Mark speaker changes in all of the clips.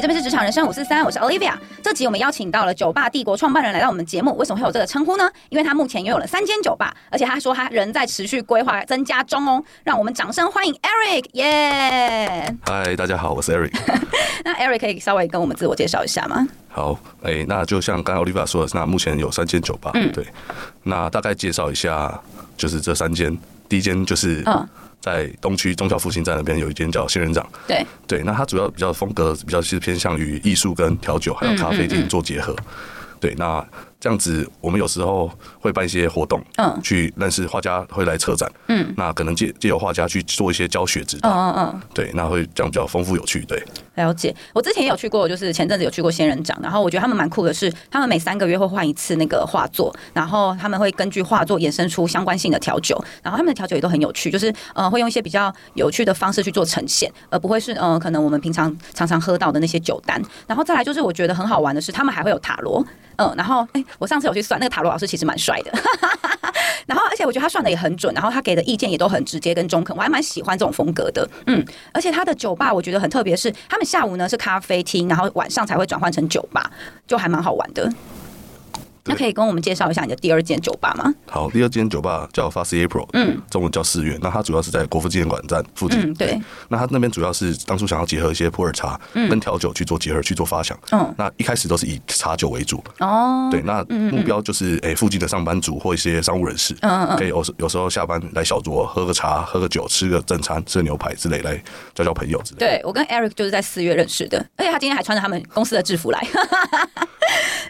Speaker 1: 这边是职场人生五四三，我是 Olivia。这集我们邀请到了酒吧帝国创办人来到我们节目，为什么会有这个称呼呢？因为他目前拥有了三间酒吧，而且他说他仍在持续规划增加中哦。让我们掌声欢迎 Eric，耶、
Speaker 2: 嗨，大家好，我是 Eric。
Speaker 1: 那 Eric 可以稍微跟我们自我介绍一下吗？
Speaker 2: 好，哎、那就像刚才 Oliva 说的，那目前有三间酒吧，
Speaker 1: 嗯
Speaker 2: 对。那大概介绍一下，就是这三间。第一间就是
Speaker 1: 嗯
Speaker 2: 在东区中小复兴站那边有一间叫仙人掌，
Speaker 1: 对，
Speaker 2: 对。那它主要比较风格比较是偏向于艺术跟调酒还有咖啡厅做结合，
Speaker 1: 嗯
Speaker 2: 对。那这样子，我们有时候会办一些活动，
Speaker 1: 嗯
Speaker 2: 去认识画家会来策展，嗯，那可能借借由画家去做一些教学指导，
Speaker 1: 嗯嗯嗯，
Speaker 2: 对。那会这样比较丰富有趣，对。
Speaker 1: 了解。我之前也有去过，就是前阵子有去过仙人掌，然后我觉得他们蛮酷的是，他们每三个月会换一次那个画作，然后他们会根据画作衍生出相关性的调酒，然后他们的调酒也都很有趣，就是呃会用一些比较有趣的方式去做呈现，而不会是呃可能我们平常常常喝到的那些酒单。然后再来就是我觉得很好玩的是，他们还会有塔罗，嗯、然后哎、我上次有去算那个塔罗老师其实蛮帅的， 然后而且我觉得他算的也很准，然后他给的意见也都很直接跟中肯，我还蛮喜欢这种风格的。嗯，而且他的酒吧我觉得很特别是，他们下午呢是咖啡厅，然后晚上才会转换成酒吧，就还蛮好玩的。那可以跟我们介绍一下你的第二间酒吧吗？
Speaker 2: 好，第二间酒吧叫 Fast April，嗯，中文叫四月。那它主要是在国父纪念馆站附近。
Speaker 1: 嗯对。
Speaker 2: 那它那边主要是当初想要结合一些普洱茶跟调酒去做结合去做发想。
Speaker 1: 嗯
Speaker 2: 那一开始都是以茶酒为主。
Speaker 1: 哦，
Speaker 2: 对，那目标就是诶、附近的上班族或一些商务人士，
Speaker 1: 嗯嗯
Speaker 2: 可以有时有时候下班来小酌，喝个茶，喝个酒，吃个正餐，吃个牛排之类，来交交朋友之类。
Speaker 1: 对我跟 Eric 就是在四月认识的，而且他今天还穿着他们公司的制服来。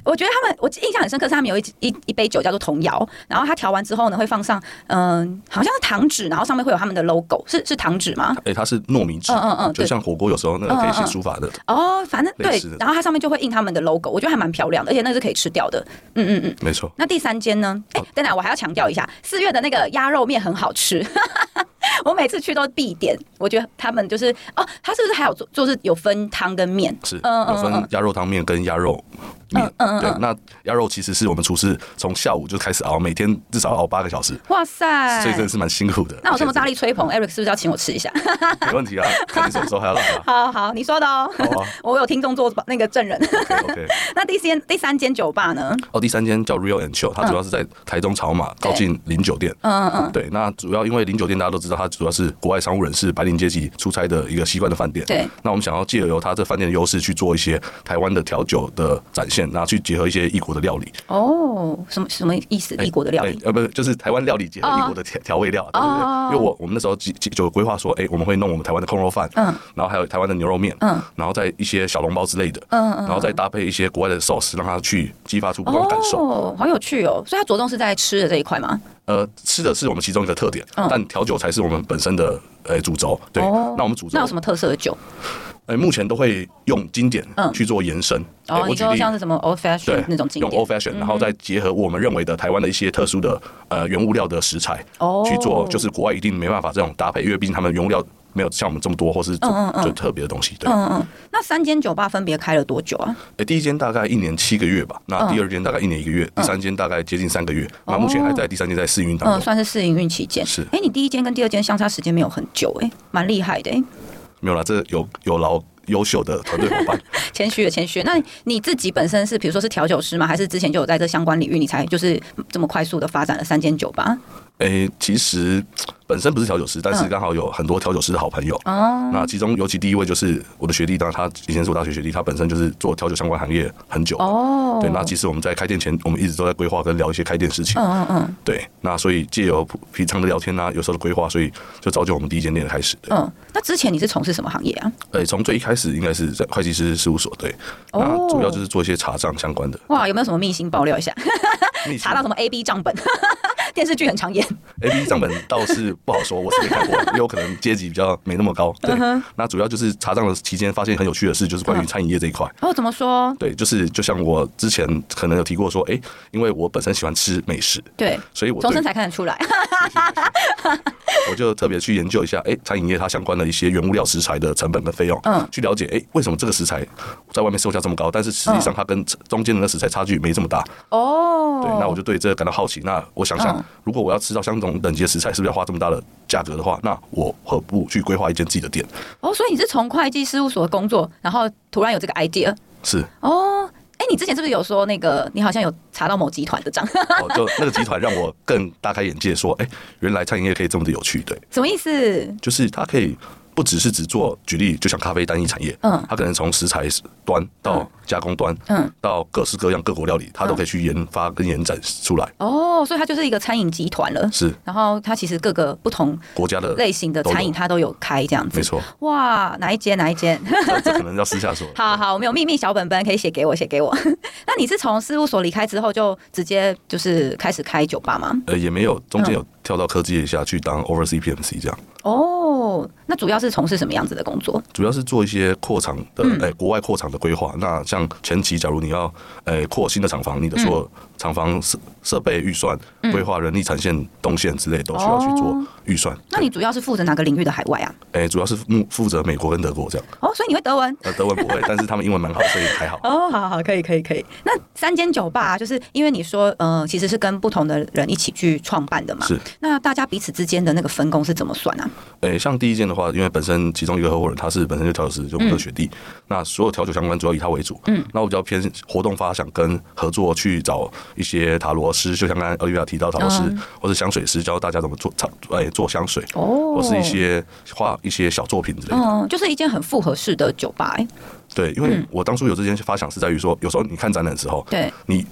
Speaker 1: 我觉得他们，我印象很深刻是他们有一一一杯酒叫做童谣，然后他调完之后呢，会放上嗯、好像是糖纸，然后上面会有他们的 logo，是是糖纸吗？
Speaker 2: 诶、它是糯米纸，
Speaker 1: 嗯嗯嗯
Speaker 2: 就
Speaker 1: 对嗯
Speaker 2: 像火锅有时候那个可以写书法的，
Speaker 1: 哦，反正对
Speaker 2: 类似的，
Speaker 1: 然后它上面就会印他们的 logo，我觉得还蛮漂亮的，而且那是可以吃掉的。嗯嗯嗯。
Speaker 2: 没错。
Speaker 1: 那第三间呢？哎、等等，我还要强调一下，四月的那个鸭肉面很好吃， 我每次去都必点。我觉得他们就是哦，他是不是还有做，就是有分汤跟面？
Speaker 2: 是
Speaker 1: 嗯
Speaker 2: 有分鸭肉汤面跟鸭肉面。对，那鸭肉其实是我们厨师从下午就开始熬，每天至少熬八个小时，
Speaker 1: 哇塞！
Speaker 2: 所以真的是蛮辛苦的。
Speaker 1: 哎那我这么大
Speaker 2: 力，
Speaker 1: 力吹捧，Eric 是不是要请我吃一下？
Speaker 2: 没问题啊，看你什么时候还要来啊。
Speaker 1: 好好，你说的哦。
Speaker 2: 好啊
Speaker 1: 我有听众做那个证人。
Speaker 2: OK，
Speaker 1: 那第三第三间酒吧呢？
Speaker 2: 哦，第三间叫 Real and Chill，它主要是在台中草马靠近林酒店。
Speaker 1: 嗯嗯嗯嗯，
Speaker 2: 对，那主要因为零酒店大家都知道，它主要是国外商务人士、白领阶级出差的一个习惯的饭店。
Speaker 1: 对
Speaker 2: 那我们想要借由它这饭店的优势去做一些台湾的调酒的展现，然后去结合一些异国的料理。
Speaker 1: 哦，什么什么意思？异国的料理
Speaker 2: 哎？呃，不是，就是台湾料理结合
Speaker 1: 哦
Speaker 2: 异国的调调味料，对对
Speaker 1: 哦
Speaker 2: 对。因为我我们那时候就就有规划说，哎，我们会弄我们台湾的空肉饭，
Speaker 1: 嗯，
Speaker 2: 然后还有台湾的牛肉面，
Speaker 1: 嗯，
Speaker 2: 然后再一些小笼包之类的，
Speaker 1: 嗯嗯嗯
Speaker 2: 然后再搭配一些国外的 sauce，让它去激发出不同哎的感受。
Speaker 1: 哦，好有趣哦！所以它着重是在吃的这一块吗？
Speaker 2: 呃，吃的是我们其中一个特点，
Speaker 1: 嗯
Speaker 2: 但调酒才是我们本身的呃主轴。对，
Speaker 1: 哦
Speaker 2: 那我们主轴
Speaker 1: 那有什么特色的酒？
Speaker 2: 哎，目前都会用经典
Speaker 1: 嗯
Speaker 2: 去做延伸。哎
Speaker 1: 哦，
Speaker 2: 我
Speaker 1: 你
Speaker 2: 举
Speaker 1: 说
Speaker 2: 例
Speaker 1: 像是什么 old
Speaker 2: 对
Speaker 1: fashion 那种经嗯
Speaker 2: 用 old
Speaker 1: 典？
Speaker 2: fashion，然后再结合我们认为的台湾的一些特殊的呃原物料的食材
Speaker 1: 哦
Speaker 2: 去做，就是国外一定没办法这种搭配，因为毕竟他们原物料没有像我们这么多，或是就
Speaker 1: 嗯嗯嗯
Speaker 2: 就特别的东西。对，
Speaker 1: 嗯嗯，那三间酒吧分别开了多久啊？
Speaker 2: 哎，第一间大概一年七个月吧，那
Speaker 1: 嗯
Speaker 2: 第二间大概一年一个月，第三间大概接近三个月，那目前还在第三间在试运当
Speaker 1: 嗯，
Speaker 2: 中，
Speaker 1: 算是试营运期间。
Speaker 2: 是
Speaker 1: 哎，你第一间跟第二间相差时间没有很久，哎，蛮厉害的，哎，
Speaker 2: 没有啦，这有有劳优秀的团队伙伴。
Speaker 1: 谦虚的谦虚。那你自己本身是，比如说是调酒师吗？还是之前就有在这相关领域，你才就是这么快速的发展了三间酒吧？
Speaker 2: 诶、其实本身不是调酒师，但是刚好有很多调酒师的好朋友。
Speaker 1: 嗯哦
Speaker 2: 那其中尤其第一位就是我的学弟，当然他以前是我大学学弟，他本身就是做调酒相关行业很久。
Speaker 1: 哦
Speaker 2: 对，那其实我们在开店前，我们一直都在规划跟聊一些开店事情。
Speaker 1: 嗯嗯嗯。
Speaker 2: 对，那所以借由平常的聊天啊，有时候的规划，所以就造就我们第一间店的开始。对，
Speaker 1: 嗯，那之前你是从事什么行业啊？
Speaker 2: 诶，从最一开始应该是在会计师事务所，对，
Speaker 1: 哦
Speaker 2: 那主要就是做一些查账相关的。
Speaker 1: 哇，有没有什么秘辛爆料一下？ 查到什
Speaker 2: 么
Speaker 1: 么 A B 账本？电视剧很常演。
Speaker 2: A B 账本倒是不好说，我是没看过，因为我可能阶级比较没那么高。
Speaker 1: 嗯
Speaker 2: 对，那主要就是查账的期间发现很有趣的事，就是关于餐饮业这一块。
Speaker 1: 哦，怎么说？
Speaker 2: 对，就是就像我之前可能有提过说，诶，因为我本身喜欢吃美食，
Speaker 1: 对，
Speaker 2: 所以我
Speaker 1: 从身
Speaker 2: 对
Speaker 1: 材看得出来。
Speaker 2: 我就特别去研究一下，诶，餐饮业它相关的一些原物料食材的成本跟费用，
Speaker 1: 嗯
Speaker 2: 去了解，诶，为什么这个食材在外面售价这么高，但是
Speaker 1: 嗯
Speaker 2: 实际上它跟中间的那食材差距没这么大？
Speaker 1: 哦，嗯
Speaker 2: 对，那我就对这个感到好奇。那我想想，如果我要吃到相同等级的食材，是不是要花这么大的价格的话，那我何不去规划一间自己的店？
Speaker 1: 哦，所以你是从会计事务所工作，然后突然有这个 idea
Speaker 2: 是，
Speaker 1: 哦。哎，你之前是不是有说那个你好像有查到某集团的账？
Speaker 2: 哦，就那个集团让我更大开眼界，说，哎、原来餐饮业可以这么的有趣，对，
Speaker 1: 什么意思？
Speaker 2: 就是它可以不只是只做，举例，就像咖啡单一产业，
Speaker 1: 嗯
Speaker 2: 它可能从食材端到加工端，
Speaker 1: 嗯，
Speaker 2: 到各式各样各国料理，它都可以去研发跟延展出来，
Speaker 1: 哦，所以它就是一个餐饮集团了。
Speaker 2: 是
Speaker 1: 然后它其实各个不同
Speaker 2: 国家的
Speaker 1: 类型的餐饮
Speaker 2: 都
Speaker 1: 它都有开这样子。
Speaker 2: 有，没。 错，
Speaker 1: 哇，哪一间哪一间？。
Speaker 2: 这这可能要私下说
Speaker 1: 好好，我们有秘密小本本可以写给我，写给我。 那你是从事务所离开之后就直接就是开始开酒吧吗？
Speaker 2: 呃，也没有，中
Speaker 1: 嗯
Speaker 2: 间有跳到科技一下去当 oversee PMC 这样，
Speaker 1: 哦，那主要是从事什么样子的工作？
Speaker 2: 主要是做一些扩厂的，哎、国外扩厂的规划。那像前期，假如你要，哎，扩新的厂房，你的所有厂房设设备预算、规划、人力产线、动线之类，都需要去做
Speaker 1: 哦
Speaker 2: 预算。
Speaker 1: 那你主要是负责哪个领域的海外啊？
Speaker 2: 哎、主要是负负责美国跟德国这样。
Speaker 1: 哦，所以你会德文。
Speaker 2: 呃，德文不会，但是他们英文蛮好，所以还好。
Speaker 1: 哦，嗯好好好，可以可以可以。那三间酒吧、就是因为你说，呃，其实是跟不同的人一起去创办的嘛。
Speaker 2: 是。
Speaker 1: 那大家彼此之间的那个分工是怎么算啊？
Speaker 2: 诶、像第一件的话，因为本身其中一个合伙人他是本身就调酒师，就我们
Speaker 1: 嗯
Speaker 2: 的学弟，那所有调酒相关主要以他为主。嗯，那我比较偏活动发想跟合作去找一些塔罗师，就像刚才奥利亚提到塔罗师、
Speaker 1: 嗯
Speaker 2: 或是香水师，教大家怎么做茶，诶、做香水，
Speaker 1: 哦
Speaker 2: 或是一些画一些小作品之类的。
Speaker 1: 嗯，就是一间很复合式的酒吧、欸。
Speaker 2: 对，因为我当初有这件发想是在于说，有时候你看展览的时候，
Speaker 1: 对，
Speaker 2: 你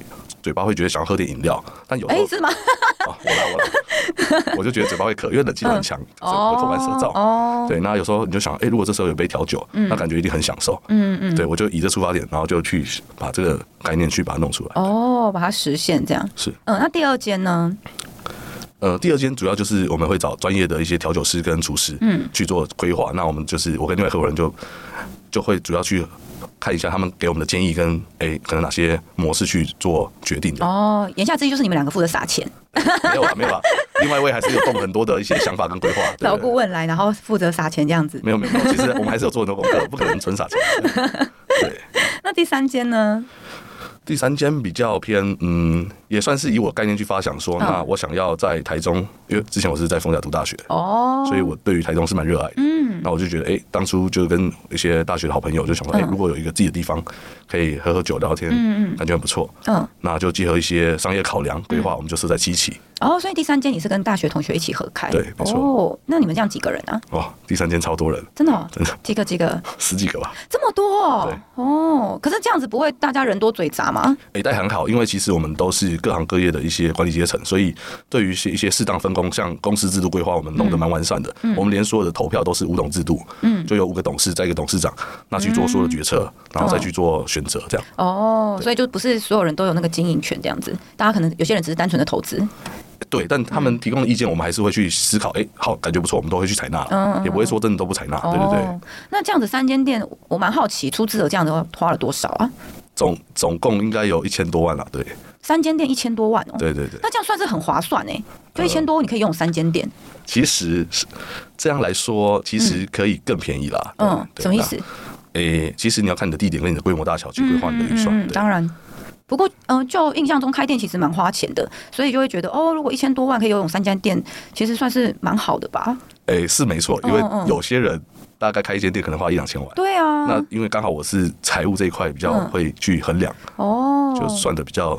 Speaker 2: 嘴巴会觉得想要喝点饮料，但有时
Speaker 1: 哎、
Speaker 2: 候、
Speaker 1: 是吗？
Speaker 2: 啊，我来我来，我就觉得嘴巴会渴，因为冷气 很强，所以会口干舌燥。
Speaker 1: 哦，
Speaker 2: 对，那有时候你就想，哎、如果这时候有杯调酒，那感觉一定很享受。嗯嗯，对我就以这出发点，然后就去把这个概念去把它弄出来。
Speaker 1: 哦， 把它实现这样。
Speaker 2: 是，
Speaker 1: 嗯，那第二间呢？
Speaker 2: 呃，第二间主要就是我们会找专业的一些调酒师跟厨师，嗯，去做规划。那我们就是我跟另外合伙人就就会主要去看一下他们给我们的建议跟哎、可能哪些模式去做决定的。
Speaker 1: 哦，言下之意就是你们两个负责撒钱，
Speaker 2: 没有啊，没有啊，另外一位还是有动很多的一些想法跟 规划。对
Speaker 1: 找
Speaker 2: 对对
Speaker 1: 顾问来，然后负责撒钱这样子。
Speaker 2: 没有没有没有，其实我们还是有做很多功课，不可能纯傻 钱。对，
Speaker 1: 那第三间呢？
Speaker 2: 第三间比较偏，嗯，也算是以我概念去发想说，那我想要在台中，因为之前我是在逢甲读大学，
Speaker 1: 哦，
Speaker 2: 所以我对于台中是蛮热爱的。嗯，那我就觉得，哎、当初就跟一些大学的好朋友就想说，哎、如果有一个自己的地方可以喝喝酒聊天，嗯嗯，感觉很不错。
Speaker 1: 嗯，
Speaker 2: 那就结合一些商业考量规划，我们就设在七期。
Speaker 1: 哦，所以第三间你是跟大学同学一起合开？
Speaker 2: 对没错
Speaker 1: 哦，那你们这样几个人啊？
Speaker 2: 哇，哦第三间超多人，
Speaker 1: 真的、哦，
Speaker 2: 真的
Speaker 1: 几个几个
Speaker 2: 十几个吧。
Speaker 1: 这么多哦？哦，可是这样子不会大家人多嘴杂吗？
Speaker 2: 哎、但很好，因为其实我们都是各行各业的一些管理阶层，所以对于一些一些适当分工，像公司制度规划，我们弄得蛮完善的。
Speaker 1: 嗯
Speaker 2: 我们连所有的投票都是五董制度，嗯，就有五个董事再一个董事长，那去做所有的决策，然后再去做选择，这样。
Speaker 1: 嗯哦，所以就不是所有人都有那个经营权这样子，大家可能有些人只是单纯的投资。
Speaker 2: 对，
Speaker 1: 嗯
Speaker 2: 但他们提供的意见，我们还是会去思考。哎、好，感觉不错，我们都会去采纳，也不会说真的都不采纳。对对对
Speaker 1: 嗯哦，，那这样子三间店，我蛮好奇出资额这样的话花了多少啊？
Speaker 2: 总总共应该有一千多万了。对
Speaker 1: 三间店一千多万哦，
Speaker 2: 对 对对，
Speaker 1: 那这样算是很划算哎，就
Speaker 2: 呃
Speaker 1: 一千多你可以用三间店，
Speaker 2: 其实是这样来说，其实可以更便宜啦。
Speaker 1: 嗯，
Speaker 2: 对
Speaker 1: 什么意？思？
Speaker 2: 对那诶、其实你要看你的地点跟你的规模大小去规划你的预算。
Speaker 1: 嗯，
Speaker 2: 对。
Speaker 1: 当然。不过，嗯、就印象中开店其实蛮花钱的，所以就会觉得哦，如果一千多万可以游泳三间店，其实算是蛮好的吧？
Speaker 2: 诶、是没错，因为
Speaker 1: 嗯嗯
Speaker 2: 有些人大概开一间店可能花一两千万。
Speaker 1: 对啊，
Speaker 2: 那因为刚好我是财务这一块比较
Speaker 1: 嗯
Speaker 2: 会去衡量，
Speaker 1: 哦，
Speaker 2: 就算的比较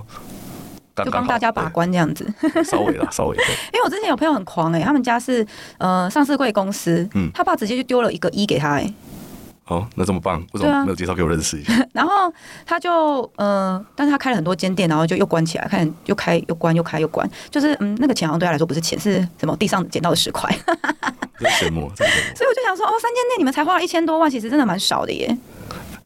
Speaker 2: 刚
Speaker 1: 就
Speaker 2: 刚
Speaker 1: 帮
Speaker 2: 好，
Speaker 1: 大家把关这样子。
Speaker 2: 对稍微啦，稍微。对
Speaker 1: 因为我之前有朋友很狂哎、他们家是呃上市贵公司，
Speaker 2: 嗯
Speaker 1: 他爸直接就丢了一个一给他哎、
Speaker 2: 哦，那这么棒，为什
Speaker 1: 对啊
Speaker 2: 么没有介绍给我认识一下？
Speaker 1: 然后他就呃，但是他开了很多间店，然后就又关起来，看又开又关又开又关，就是嗯，那个钱好像对他来说不是钱，是什么地上捡到的十块，
Speaker 2: 真羡慕，啊真羡慕。
Speaker 1: 所以我就想说哦，三间店你们才花了一千多万，其实真的蛮少的耶。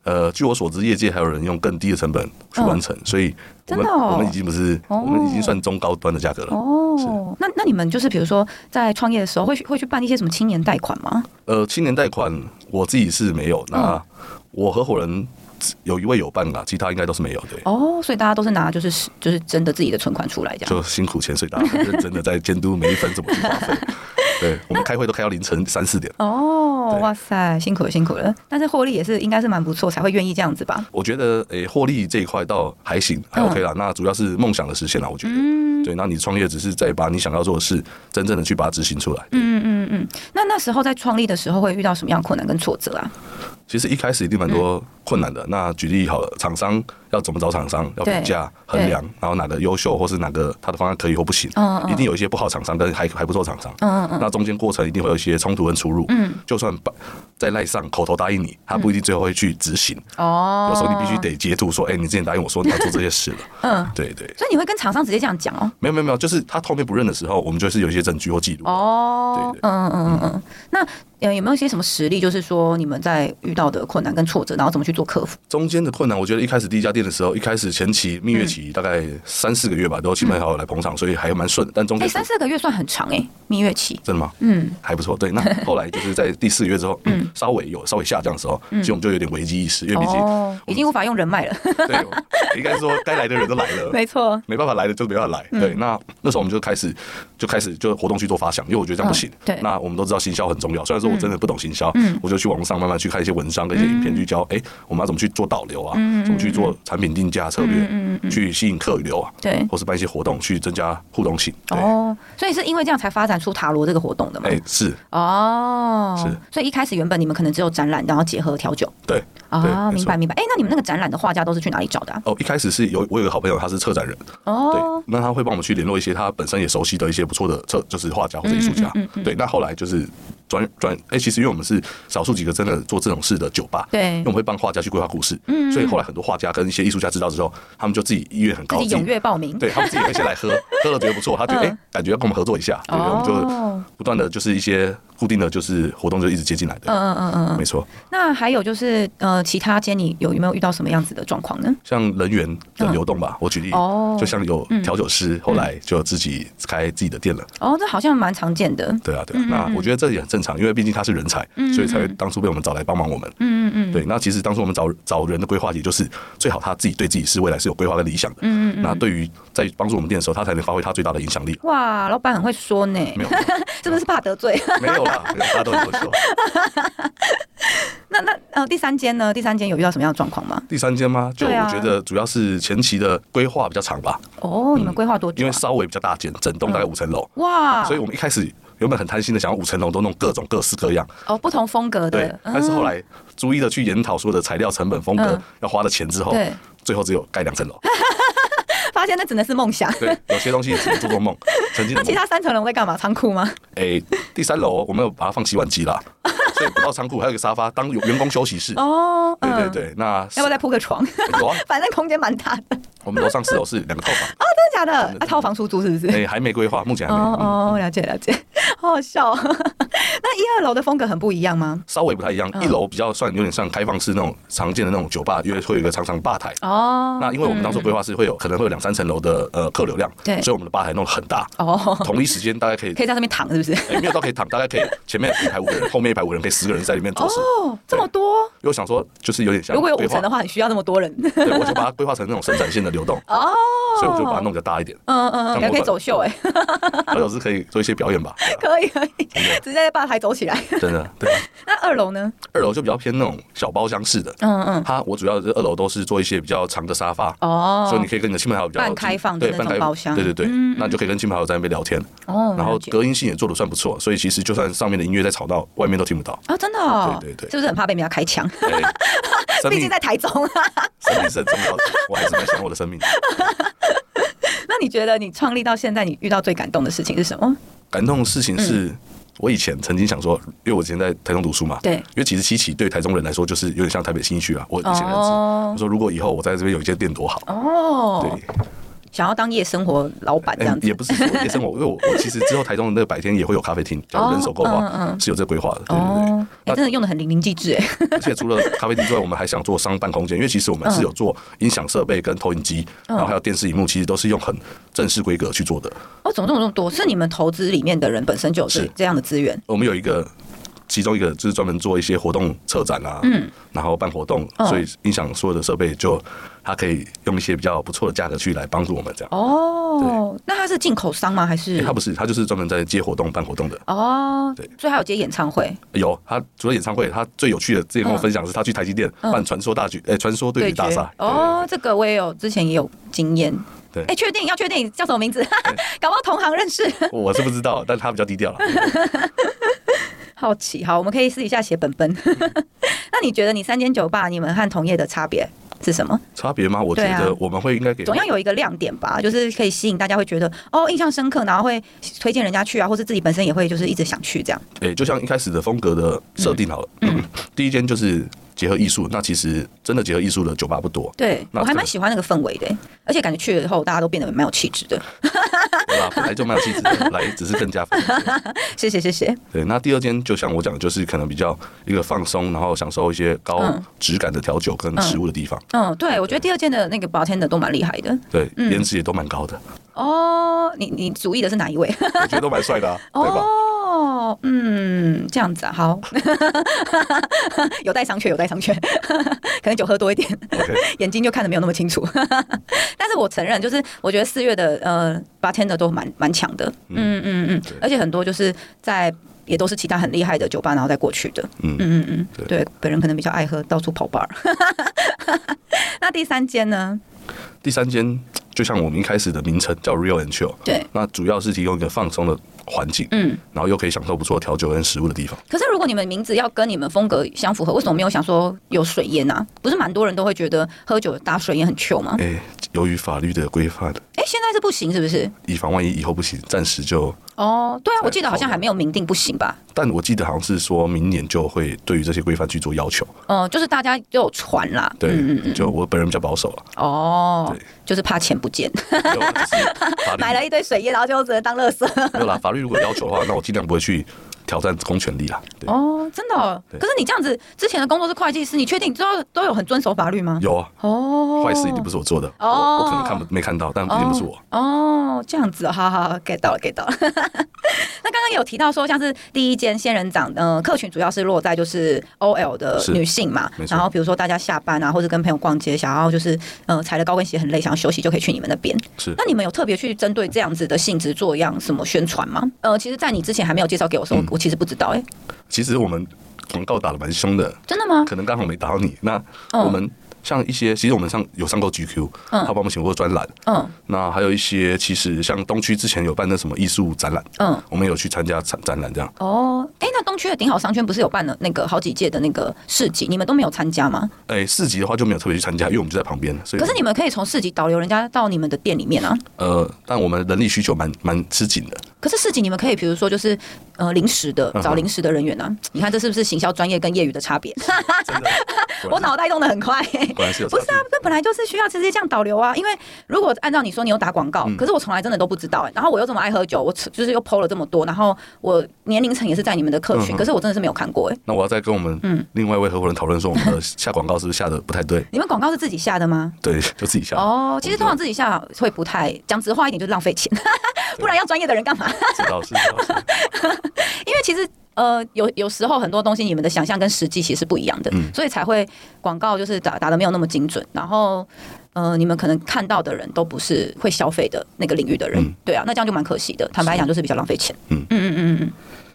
Speaker 2: 呃，据我所知，业界还有人用更低的成本去完成，所以我
Speaker 1: 嗯真
Speaker 2: 们、
Speaker 1: 的哦
Speaker 2: 我们已经不是，
Speaker 1: 哦
Speaker 2: 我们已经算中高端的价格了。
Speaker 1: 哦，那那你们就是比如说在创业的时候会去会去办一些什么青年贷款吗？
Speaker 2: 呃，青年贷款我自己是没有，那我合伙人有一位有办啦，其他应该都是没有对。
Speaker 1: 哦，所以大家都是拿就是就是真的自己的存款出来这样。
Speaker 2: 就辛苦钱，所以大家很认真的在监督每一分怎么去花费。对，我们开会都开到凌晨三四点。
Speaker 1: 哦，
Speaker 2: 对
Speaker 1: 哇塞，辛苦了辛苦了，但是获利也是应该是蛮不错，才会愿意这样子吧？
Speaker 2: 我觉得诶，获利这一块倒还行，还 OK 啦。那主要是梦想的实现啦，我觉得。对，那你创业只是在把你想要做的事，真正的去把它执行出来。
Speaker 1: 那那时候在创立的时候会遇到什么样的困难跟挫折啊？
Speaker 2: 其实一开始一定蛮
Speaker 1: 嗯
Speaker 2: 多困难的。那举例好了，厂商要怎么找厂商，要
Speaker 1: 对
Speaker 2: 评价、
Speaker 1: 对
Speaker 2: 衡量，然后哪个优秀，或是哪个他的方案可以或不行，
Speaker 1: 嗯嗯
Speaker 2: 一定有一些不好厂商跟还还不错厂商。
Speaker 1: 嗯嗯嗯
Speaker 2: 那中间过程一定会有一些冲突跟出入。嗯，就算把在赖上口头答应你，他不一定最后会去执行。
Speaker 1: 嗯哦
Speaker 2: 有时候你必须。得截图说，哎、你之前答应我说你要做这些事了。
Speaker 1: 嗯，
Speaker 2: 对对，
Speaker 1: 所以你会跟厂商直接这样讲哦。
Speaker 2: 没有没有没有，就是他后面不认的时候，我们就是有一些证据或记录。
Speaker 1: 哦，
Speaker 2: 对对
Speaker 1: 嗯嗯嗯嗯，那呃有没有一些什么实例，就是说你们在遇到的困难跟挫折，然后怎么去做克服？
Speaker 2: 中间的困难，我觉得一开始第一家店的时候，一开始前期蜜月
Speaker 1: 嗯
Speaker 2: 期大概三四个月吧，都有亲朋好友来捧场，所以还蛮顺的。但中
Speaker 1: 哎、
Speaker 2: 间
Speaker 1: 三四个月算很长哎、蜜月期。
Speaker 2: 真的吗？
Speaker 1: 嗯，
Speaker 2: 还不错。对， 那后来就是在第四个月之后，嗯，稍微有稍微下降的时候，其实我们就有点危机意识，因为毕竟
Speaker 1: 嗯哦，已经无法用人脉了，
Speaker 2: 对，应该说该来的人都来了。
Speaker 1: 没错。
Speaker 2: 没办法来的就没办法来，
Speaker 1: 嗯
Speaker 2: 对。那那时候我们就开始就开始就活动去做发想，因为我觉得这样不行。
Speaker 1: 嗯对嗯
Speaker 2: 那我们都知道行销很重要，虽然说我真的不懂行销，我就去网络上慢慢去看一些文章跟一些影片，去教
Speaker 1: 嗯
Speaker 2: 哎、我们要怎么去做导流啊，怎么去做产品定价策略，
Speaker 1: 嗯
Speaker 2: 去吸引客流啊，
Speaker 1: 对
Speaker 2: 或是办一些活动去增加互动性。对，哎、
Speaker 1: 哦，所以是因为这样才发展出塔罗这个活动的嘛？
Speaker 2: 是
Speaker 1: 哦，
Speaker 2: 是
Speaker 1: 所以一开始原本你们可能只有展览，然后结合调酒。
Speaker 2: 对。对
Speaker 1: 哦，
Speaker 2: 没
Speaker 1: 明
Speaker 2: 错
Speaker 1: 白明白。哎、那你们那个展览的画家都是去哪里找的啊、
Speaker 2: 哦，一开始是有我有个好朋友，他是策展人，
Speaker 1: 哦
Speaker 2: 对，，那他会帮我们去联络一些他本身也熟悉的一些不错的策，就是画家或者艺术家。
Speaker 1: 嗯
Speaker 2: 对，那后来就是转转，哎、其实因为我们是少数几个真的做这种事的酒吧，
Speaker 1: 对嗯
Speaker 2: 因为我们会帮画家去规划故事，所以后来很多画家跟一些艺术家知道之后，他们就自己意愿很高，
Speaker 1: 自己踊跃嗯报名。
Speaker 2: 对他们自己会先 来喝，喝了觉得不错，他觉得哎、诶感觉要跟我们合作一下，对，
Speaker 1: 哦
Speaker 2: 我们就不断的就是一些固定的就是活动就一直接进来的，
Speaker 1: 嗯嗯嗯嗯。
Speaker 2: 没错。
Speaker 1: 那还有就是呃，其他间你有有没有遇到什么样子的状况呢？
Speaker 2: 像人员的流动吧，我举例，
Speaker 1: 嗯哦嗯
Speaker 2: 就像有调酒师，后来就自己开自己的店了，
Speaker 1: 哦，这好像蛮常见的。
Speaker 2: 对啊，对啊，那我觉得这也很正常，因为毕竟他是人才，所以才会当初被我们找来帮忙我们。嗯嗯嗯嗯。对，那其实当初我们找找人的规划，也就是最好他自己对自己是未来是有规划跟理想的。嗯嗯。那对于在帮助我们店的时候，他才能发挥他最大的影响 力。
Speaker 1: 哇，老板很会说呢，
Speaker 2: 没有，
Speaker 1: 是不是怕得罪？
Speaker 2: 没有啦，没有大家都很 不错。
Speaker 1: 那那呃，第三间呢？第三间有遇到什么样的状况吗？
Speaker 2: 第三间吗？就
Speaker 1: 对啊
Speaker 2: 我觉得主要是前期的规划比较长吧，
Speaker 1: 哦，你们规划多久、啊？
Speaker 2: 因为稍微比较大间，整栋大概五层楼，
Speaker 1: 哇，
Speaker 2: 所以我们一开始原本很贪心的想要五层楼都弄各种各式各样，
Speaker 1: 哦，不同风格
Speaker 2: 对嗯
Speaker 1: 的，，
Speaker 2: 但是后来逐一的去研讨所有的材料成本、风格
Speaker 1: 嗯
Speaker 2: 要花的钱之后
Speaker 1: 对，
Speaker 2: 最后只有盖两层楼。
Speaker 1: 发现那只能是梦想。
Speaker 2: 对，有些东西只能做做梦，曾经 的
Speaker 1: 那其
Speaker 2: 梦。
Speaker 1: 他三层楼在干嘛？仓库吗？
Speaker 2: 哎、第三楼我们有把它放洗碗 机啦，所以不到仓库还有一个沙发当员工休息室。
Speaker 1: 哦，
Speaker 2: 对对
Speaker 1: 嗯，
Speaker 2: 对，那
Speaker 1: 要不要再铺个床？
Speaker 2: 有啊？
Speaker 1: 反正空间蛮大的。
Speaker 2: 我们楼上四楼是两个套 房，
Speaker 1: 哦，真的假的？啊，套房出租是不是？
Speaker 2: 哎、还没规划，目前还没。嗯
Speaker 1: 哦哦，了解了解，好好笑、哦。 那一二楼的风格很不一样吗？
Speaker 2: 稍微不太一
Speaker 1: 嗯
Speaker 2: 样，一楼比较算有点像开放式那种常见的那种酒吧，因为会有一个长长吧台。
Speaker 1: 哦嗯
Speaker 2: 那因为我们当初规划是会有可能会有两三层楼的呃客流量，
Speaker 1: 对
Speaker 2: 所以我们的吧台弄得很大，
Speaker 1: 哦，
Speaker 2: 同一时间大概可以
Speaker 1: 可以在上面躺是不是？
Speaker 2: 哎、没有到可以躺，大概可以前面一排五个人，后面一排五人，可以十个人在里面做事。
Speaker 1: 哦，这么多，
Speaker 2: 因为我想说，就是有点像
Speaker 1: 如果有
Speaker 2: 规
Speaker 1: 五
Speaker 2: 划
Speaker 1: 层的话，很需要那么多人。
Speaker 2: 对，我就把它规划成那种生产线的流动，
Speaker 1: 哦，
Speaker 2: 所以我就把它弄得大一点。
Speaker 1: 嗯嗯嗯，
Speaker 2: 像
Speaker 1: 还可以
Speaker 2: 我
Speaker 1: 走秀哎、
Speaker 2: 啊调酒师可以做一些表演吧，
Speaker 1: 可以可以， 直接在吧台走起来。
Speaker 2: 真的。对，啊
Speaker 1: 那二楼呢？
Speaker 2: 二楼就比较偏那种小包厢式的。
Speaker 1: 嗯嗯，
Speaker 2: 它我主要是二楼都是做一些比较长的沙发，
Speaker 1: 哦
Speaker 2: 所以你可以跟你的亲朋好友比较
Speaker 1: 半开放的
Speaker 2: 对
Speaker 1: 那
Speaker 2: 半
Speaker 1: 种
Speaker 2: 开
Speaker 1: 包厢嗯
Speaker 2: 对对对，那你就可以跟亲朋好友在那边聊天，
Speaker 1: 哦
Speaker 2: 然后
Speaker 1: 了解
Speaker 2: 隔音性也做的算不错，所以其实就算上面的音乐在吵闹，外面都听不到。
Speaker 1: 啊、真的、哦，
Speaker 2: 对对对
Speaker 1: 是不是很怕被人家开枪？
Speaker 2: 哎生
Speaker 1: 毕
Speaker 2: 命
Speaker 1: 竟在台中啊。
Speaker 2: 生命是很重要的，我还是蛮想我的生命的。
Speaker 1: 那你觉得你创立到现在，你遇到最感动的事情是什么？
Speaker 2: 感动的事情是。我以前曾经想说，因为我之前在台中读书嘛，
Speaker 1: 嗯对
Speaker 2: 因为其实七期对台中人来说就是有点像台北新一区啊。我以前认识，
Speaker 1: 哦
Speaker 2: 我说如果以后我在这边有一间店多好，
Speaker 1: 哦
Speaker 2: 对，，
Speaker 1: 想要当夜生活老板这样
Speaker 2: 嗯
Speaker 1: 子。
Speaker 2: 也不是说夜生活，因为我我其实之后台中的那个白天也会有咖啡厅，假如人手够的
Speaker 1: 哦嗯
Speaker 2: 话，是有这个规划的，对对对。
Speaker 1: 哦，哎、真的用的很淋漓尽致哎。
Speaker 2: 而且除了咖啡厅之外，我们还想做商办空间，因为其实我们
Speaker 1: 嗯
Speaker 2: 是有做音响设备跟投影机，然后还有电视荧幕，其实都是用很正式规格去做的。
Speaker 1: 哦，怎么这么这么多？是你们投资里面的人本身就有这
Speaker 2: 是
Speaker 1: 这样的资源
Speaker 2: 我们有一个其中一个就是专门做一些活动策展啊，嗯，然后办活动，
Speaker 1: 哦
Speaker 2: 所以音响所有的设备就它可以用一些比较不错的价格去来帮助我们这样。
Speaker 1: 哦，那他是进口商吗？还是
Speaker 2: 诶它不是，它就是专门在接活动、办活动的。
Speaker 1: 哦
Speaker 2: 对，
Speaker 1: 所以他有接演唱会，
Speaker 2: 有，他除了演唱会，他最有趣的之前跟我分享是，他去台积电办传说大局，哎，传说
Speaker 1: 嗯
Speaker 2: 对
Speaker 1: 对
Speaker 2: 决大
Speaker 1: 决
Speaker 2: 赛。
Speaker 1: 哦，这个我也有，之前也有经验。
Speaker 2: 对
Speaker 1: 哎，确定要确定叫什么名字？ 搞不好同行认识，
Speaker 2: 对，我是不知道，但他比较低调了。
Speaker 1: 好奇。好，我们可以私底下写本 本。那你觉得你三间酒吧，你们和同业的差别是什么？
Speaker 2: 差别吗？我觉
Speaker 1: 对啊
Speaker 2: 得我们会应该给
Speaker 1: 总要有一个亮点吧，就是可以吸引大家会觉得哦印象深刻，然后会推荐人家去啊，或是自己本身也会就是一直想去这样。
Speaker 2: 诶、就像一开始的风格的设定好了，
Speaker 1: 嗯
Speaker 2: 嗯第一间就是结合艺术，那其实真的结合艺术的酒吧不多，
Speaker 1: 对，
Speaker 2: 那
Speaker 1: 我还
Speaker 2: 这
Speaker 1: 蛮
Speaker 2: 个
Speaker 1: 喜欢那个氛围的欸，而且感觉去了以后大家都变得蛮有气质的。
Speaker 2: 对吧？本 来就蛮有气质的，来只是更加 丰富。
Speaker 1: 谢谢谢谢，
Speaker 2: 对，那第二间就像我讲，就是可能比较一个放松，然后享受一些高
Speaker 1: 嗯
Speaker 2: 质感的调酒跟食物的地方，
Speaker 1: 嗯，对我觉得第二间的那个 bartender 都蛮厉害的
Speaker 2: 对，颜值也都蛮高的，
Speaker 1: 哦。你你主意的是哪一位？
Speaker 2: 我觉得都蛮 帅的、啊，对吧？
Speaker 1: 哦，嗯，这样子啊，好， 有待商榷，有待商榷， 可能酒喝多一点
Speaker 2: OK
Speaker 1: 眼睛就看得没有那么清楚。 但是我承认，就是我觉得四月的呃 bartender 都蛮蛮强的，嗯嗯嗯，而且很多就是在。也都是其他很厉害的酒吧，然后再过去的。嗯嗯
Speaker 2: 嗯
Speaker 1: 嗯嗯，
Speaker 2: 对
Speaker 1: 对，本人可能比较爱喝，到处跑 bar。那第三间呢？
Speaker 2: 第三间就像我们一开始的名称叫 Real and Chill，
Speaker 1: 对
Speaker 2: 那主要是提供一个放松的环境，
Speaker 1: 嗯，
Speaker 2: 然后又可以享受不错的调酒跟食物的地方。
Speaker 1: 可是如果你们名字要跟你们风格相符合，为什么没有想说有水烟呢、啊？不是蛮多人都会觉得喝酒搭水烟很 chill 吗？
Speaker 2: 哎、由于法律的规范，
Speaker 1: 哎、现在是不行是不是？
Speaker 2: 以防万一以后不行，暂时就。
Speaker 1: 哦，对啊，
Speaker 2: 对
Speaker 1: 我记得好像还没有明定不行吧？
Speaker 2: 但我记得好像是说明年就会对于这些规范去做要求。
Speaker 1: 呃，就是大家都有传啦，嗯
Speaker 2: 对，就我本人比较保守了，
Speaker 1: 哦
Speaker 2: 对，
Speaker 1: 就是怕钱不见，
Speaker 2: 就就是法 律
Speaker 1: 买了一堆水烟，然后就只能当垃圾。
Speaker 2: 没有啦。法律如果要求的话，那我尽量不会去挑战公权力啦。对，
Speaker 1: 哦，真的、哦？
Speaker 2: 对
Speaker 1: 可是你这样子，之前的工作是会计师，你确定知道都有很遵守法律吗？
Speaker 2: 有啊，
Speaker 1: 哦，
Speaker 2: 坏事一定不是我做的，
Speaker 1: 哦
Speaker 2: 我我可能看不没看到，但一定不是我。
Speaker 1: 哦，这样子，好好好，get 到了，get 到了。 那刚刚有提到说，像是第一间仙人掌，呃，客群主要是落在就是 OL 的
Speaker 2: 是
Speaker 1: 女性嘛
Speaker 2: 没，错
Speaker 1: 然后比如说大家下班啊，或者跟朋友逛街，想要就是呃踩了高跟鞋很累，想要休息，就可以去你们那边。
Speaker 2: 是
Speaker 1: 那你们有特别去针对这样子的性质做一样什么宣传吗？呃，其实，在你之前还没有介绍给我
Speaker 2: 嗯
Speaker 1: 的时候，我其实不知道、欸，哎，
Speaker 2: 其实我们广告打的蛮凶的，
Speaker 1: 真的吗？
Speaker 2: 可能刚好没打到你。那
Speaker 1: 嗯
Speaker 2: 我们像一些，其实我们上有上过 GQ，他帮我们写过专栏。
Speaker 1: 嗯
Speaker 2: 那还有一些，其实像东区之前有办那什么艺术展览，
Speaker 1: 嗯。
Speaker 2: 我们有去参加展展览这样。
Speaker 1: 哦，哎、那东区的顶好商圈不是有办了那个好几届的那个市集，你们都没有参加吗？
Speaker 2: 哎、市集的话就没有特别去参加，因为我们就在旁边，所以
Speaker 1: 可是你们可以从市集导流人家到你们的店里面啊。
Speaker 2: 呃，但我们人力需求蛮蛮吃紧的，
Speaker 1: 可是市集你们可以，比如说就是呃临时的
Speaker 2: 嗯哼
Speaker 1: 找临时的人员啊，你看这是不是行销专业跟业余的差别？ 我脑袋动得很快、
Speaker 2: 果然是有差
Speaker 1: 不是啊
Speaker 2: 距。，
Speaker 1: 那本来就是需要直接这样导流啊。因为如果按照你说，你有打广告，
Speaker 2: 嗯
Speaker 1: 可是我从来真的都不知道、欸。然后我又这么爱喝酒，我吃就是又剖了这么多，然后我年龄层也是在你们的客群，
Speaker 2: 嗯哼
Speaker 1: 可是我真的是没有看过哎、欸
Speaker 2: 那我要再跟我们另外一位合伙人讨论说，我们 的下广告是不是下的不太对？
Speaker 1: 你们广告是自己下的吗？
Speaker 2: 对，就自己下。
Speaker 1: 哦，其实通常自己下会不太讲直话一点，就是浪费钱， 不然要专业的人干嘛？
Speaker 2: 知道是，知道是。
Speaker 1: 因为其实呃，有有时候很多东西你们的想象跟实际其实是不一样的，
Speaker 2: 嗯
Speaker 1: 所以才会广告就是打打的没有那么精准，然后。呃，你们可能看到的人都不是会消费的那个领域的人，
Speaker 2: 嗯
Speaker 1: 对啊，那这样就蛮可惜的。坦白讲，就是比较浪费钱。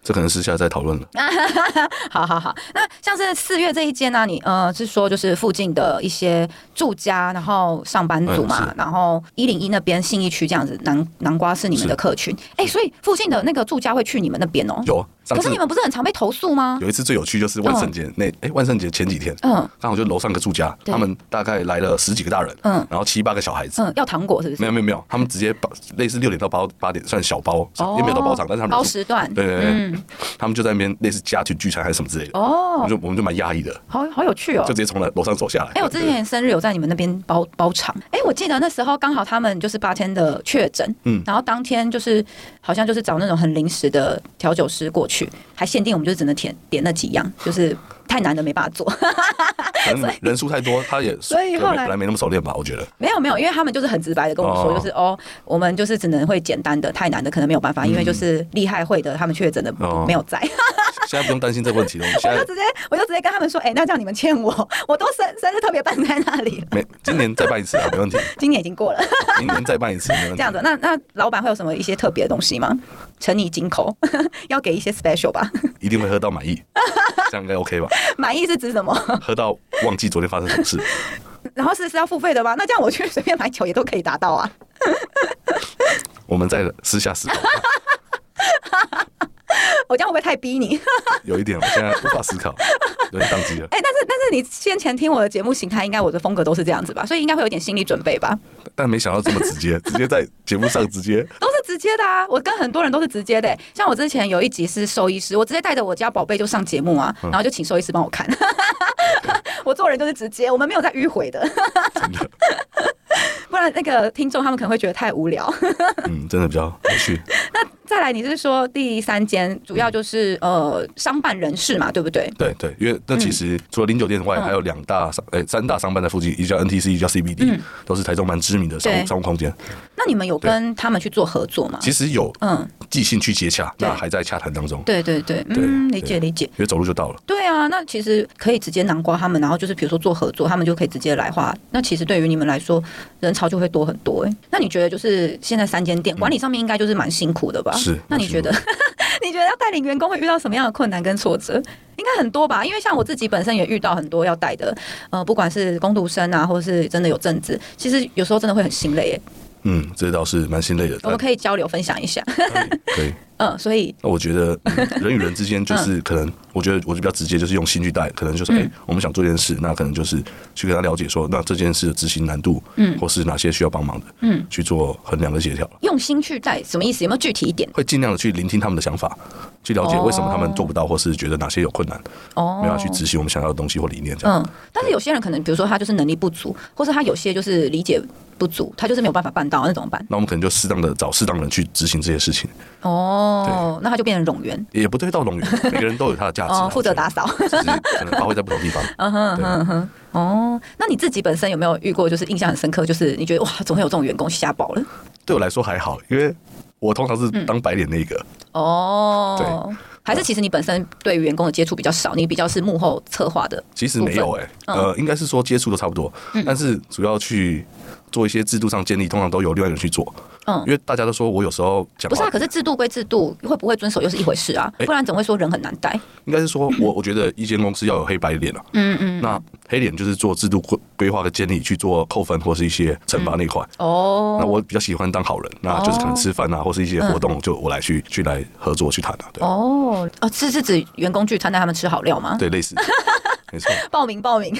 Speaker 2: 这可能私下再讨论
Speaker 1: 哦
Speaker 2: 了。
Speaker 1: 好好好，那像是四月这一间呢、你呃是说就是附近的一些住家，然后上班族嘛，
Speaker 2: 嗯是
Speaker 1: 然后一零一那边信义区这样子，南南瓜是你们的客群，哎、所以附近的那个住家会去你们那边哦。
Speaker 2: 有，上
Speaker 1: 可
Speaker 2: 次
Speaker 1: 是你们不是很常被投诉吗？
Speaker 2: 有一次最有趣就是万圣节那，哎，万圣节前几天，
Speaker 1: 嗯
Speaker 2: 刚好就楼上个住家，
Speaker 1: 对
Speaker 2: 他们大概来了十几个大人，
Speaker 1: 嗯
Speaker 2: 然后七八个小孩子。
Speaker 1: 嗯，要糖果是不是
Speaker 2: 没？有没有没有，他们直接包类似六点到八八点算小包，也没有到包场，但是他们
Speaker 1: 哦包
Speaker 2: 就是
Speaker 1: 时段，
Speaker 2: 对对对，他们就在那边类似家庭聚餐还是什么之类的，我
Speaker 1: 哦
Speaker 2: 们，就我们就蛮压抑的，
Speaker 1: 好好有趣哦
Speaker 2: 就。直接从楼上走下来。
Speaker 1: 哎、我之前生日有在你们那边包包场，哎、我记得那时候刚好他们就是八天的确诊，嗯，然后当天就是好像就是找那种很临时的调酒师过去，还限定我们就只能点点那几样，就是太难的没办法做。
Speaker 2: 可能人数太多，他也
Speaker 1: 所以
Speaker 2: 可能
Speaker 1: 后来
Speaker 2: 本来没那么熟练吧，我觉得。
Speaker 1: 没有没有，因为他们就是很直白的跟我说，
Speaker 2: 哦
Speaker 1: 就是哦，我们就是只能会简单的，太难的可能没有办法，因为就是厉害会的他们确诊的
Speaker 2: 嗯哦
Speaker 1: 没有在，
Speaker 2: 现在不用担心这个问题了。我们现
Speaker 1: 我就 直
Speaker 2: 在
Speaker 1: 接我就直接跟他们说，哎、那这样你们欠我，我都生生日特别办在那里了，
Speaker 2: 每今年再办一次啊，没问题。
Speaker 1: 今年已经过了，
Speaker 2: 明年再办一次，没问
Speaker 1: 这
Speaker 2: 题。
Speaker 1: 样子。那那老板会有什么一些特别的东西吗？诚你金口， 要给一些 special 吧？
Speaker 2: 一定会喝到满意，这样应该 OK 吧？
Speaker 1: 满意是指什么？
Speaker 2: 喝到忘记昨天发生什么事，
Speaker 1: 然后是是要付费的吗？那这样我去随便买酒也都可以达到啊。
Speaker 2: 我们再私下思考，
Speaker 1: 我这样会不会太逼你？
Speaker 2: 有一点我现在无法思考，有点宕机了。
Speaker 1: 哎、但是但是你先前听我的节目形态，应该我的风格都是这样子吧，所以应该会有点心理准备吧。
Speaker 2: 但没想到这么直 接，直接在节目上直接
Speaker 1: 都是直接的啊！我跟很多人都是直接的
Speaker 2: 嗯
Speaker 1: 欸、像我之前有一集是兽医师，我直接带着我家宝贝就上节目
Speaker 2: 嗯
Speaker 1: 啊，然后就请兽医师帮我 看。我做人就是直接，我们没有在迂回的，
Speaker 2: 真的，
Speaker 1: 不然那个听众他们可能会觉得太无聊。
Speaker 2: 嗯，真的比较有趣。
Speaker 1: 再来，你是说第三间主要就是
Speaker 2: 嗯
Speaker 1: 呃商办人士嘛，对不对？
Speaker 2: 对对，因为那其实除了零酒店外，
Speaker 1: 嗯
Speaker 2: 还有两大商诶、三大商办在附近，一叫 NTC，一叫 CBD，、都是台中蛮知名的商
Speaker 1: 嗯对
Speaker 2: 务商务空间。
Speaker 1: 那你们有跟他们去做合作吗？
Speaker 2: 其实有
Speaker 1: 嗯，
Speaker 2: 寄信去接洽，
Speaker 1: 对
Speaker 2: 那还在洽谈当中，因
Speaker 1: 对对对，
Speaker 2: 对
Speaker 1: 嗯，理解
Speaker 2: 对
Speaker 1: 理解。
Speaker 2: 为走路就到了。
Speaker 1: 对啊，那其实可以直接南瓜他们，然后就是比如说做合作，他们就可以直接来画。那其实对于你们来说，人潮就会多很多、欸。那你觉得就是现在三间店管理上面应该就是蛮辛苦的吧？
Speaker 2: 嗯是
Speaker 1: 那你
Speaker 2: 蛮辛
Speaker 1: 觉得？ 你觉得要带领员工会遇到什么样的困难跟挫折？应该很多吧，因为像我自己本身也遇到很多要带的，呃，不管是工读生啊，或是真的有正职，其实有时候真的会很心累、欸。
Speaker 2: 嗯，这倒是蛮心累的。
Speaker 1: 我们可以交流分享一下。
Speaker 2: 但可以。
Speaker 1: 嗯，所以
Speaker 2: 那我觉得、 嗯人与人之间就是可能，我觉得我就比较直接，就是用心去带，可能
Speaker 1: 嗯
Speaker 2: 就是哎、我们想做一件事，那可能就是去跟他了解说，那这件事的执行难度，嗯，或是哪些需要帮忙的，嗯，去做衡量跟协调，
Speaker 1: 用心去带什么意思？有没有具体一点？
Speaker 2: 会尽量的去聆听他们的想法，去了解为什么他们做不到，或是觉得哪些有困难，
Speaker 1: 哦，
Speaker 2: 没办法去执行我们想要的东西或理念这样。
Speaker 1: 嗯，但是有些人可能，比如说他就是能力不足，或是他有些就是理解不足，他就是没有办法办到，那怎么办？
Speaker 2: 那我们可能就适当的找适当的人去执行这些事情，
Speaker 1: 哦，那他就变成冗员
Speaker 2: 也不对到龙 源，每个人都有他的价值啊
Speaker 1: 哦，，负责打
Speaker 2: 扫，
Speaker 1: 扫。嗯
Speaker 2: 只是可能发挥在不同 地方。对啊
Speaker 1: 哦，那你自己本身有没有遇过就是印象很深刻，就是你觉得哇，总会有这种员工吓爆了？
Speaker 2: 对我来说还好，因为我通常是
Speaker 1: 嗯
Speaker 2: 当白脸那一个，
Speaker 1: 哦，还是其实你本身对于员工的接触比较少，你比较是幕后策划的
Speaker 2: 其实没有
Speaker 1: 部嗯
Speaker 2: 哎、呃，应该是说接触都差不多，但是主要去做一些制度上建立，通常都由另外一个人去做。
Speaker 1: 嗯
Speaker 2: 因为大家都说我有时候讲
Speaker 1: 不是
Speaker 2: 话
Speaker 1: 啊，，可是制度归制度，会不会遵守又是一回事啊，
Speaker 2: 哎
Speaker 1: 不然总会说人很难带。
Speaker 2: 应该是说我我觉得一间公司要有黑白脸啊。
Speaker 1: 嗯嗯，
Speaker 2: 那黑脸就是做制度规规划的建立，去做扣分或是一些惩罚那一块。那
Speaker 1: 嗯哦，
Speaker 2: 我比较喜欢当好人，那就是可能吃饭啊，或是一些活动，就我来去去来合作去谈啊，对
Speaker 1: 嗯哦，哦，是是指员工聚餐带他们吃好料吗？
Speaker 2: 对，类似，没错。
Speaker 1: 报名报名。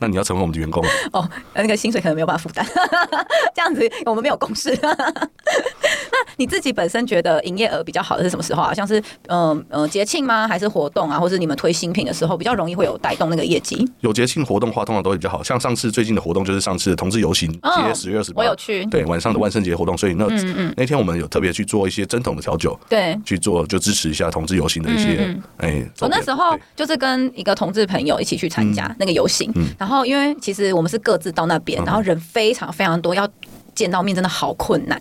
Speaker 2: 那你要成为我们的员工，啊
Speaker 1: 哦，那个薪水可能没有办法负担， 这样子我们没有共识。 那你自己本身觉得营业额比较好的是什么时候啊？像是嗯呃节庆吗？还是活动啊？或是你们推新品的时候比较容易会有带动那个业绩？
Speaker 2: 有节庆活动的话，通常都会比较好。像上次最近的活动就是上次的同志游行，
Speaker 1: 哦
Speaker 2: 七月十月二十八，
Speaker 1: 我有去嗯
Speaker 2: 对，晚上的万圣节活动，所以那那天我们有特别去做一些正统的调酒，
Speaker 1: 对。
Speaker 2: 去做就支持一下同志游行的一
Speaker 1: 嗯
Speaker 2: 些哎。
Speaker 1: 我
Speaker 2: 周边
Speaker 1: 哦那时候
Speaker 2: 对
Speaker 1: 就是跟一个同志朋友一起去参加那个游行，然后因为其实我们是各自到那边，然后人非常非常多，要见到面真的好困难。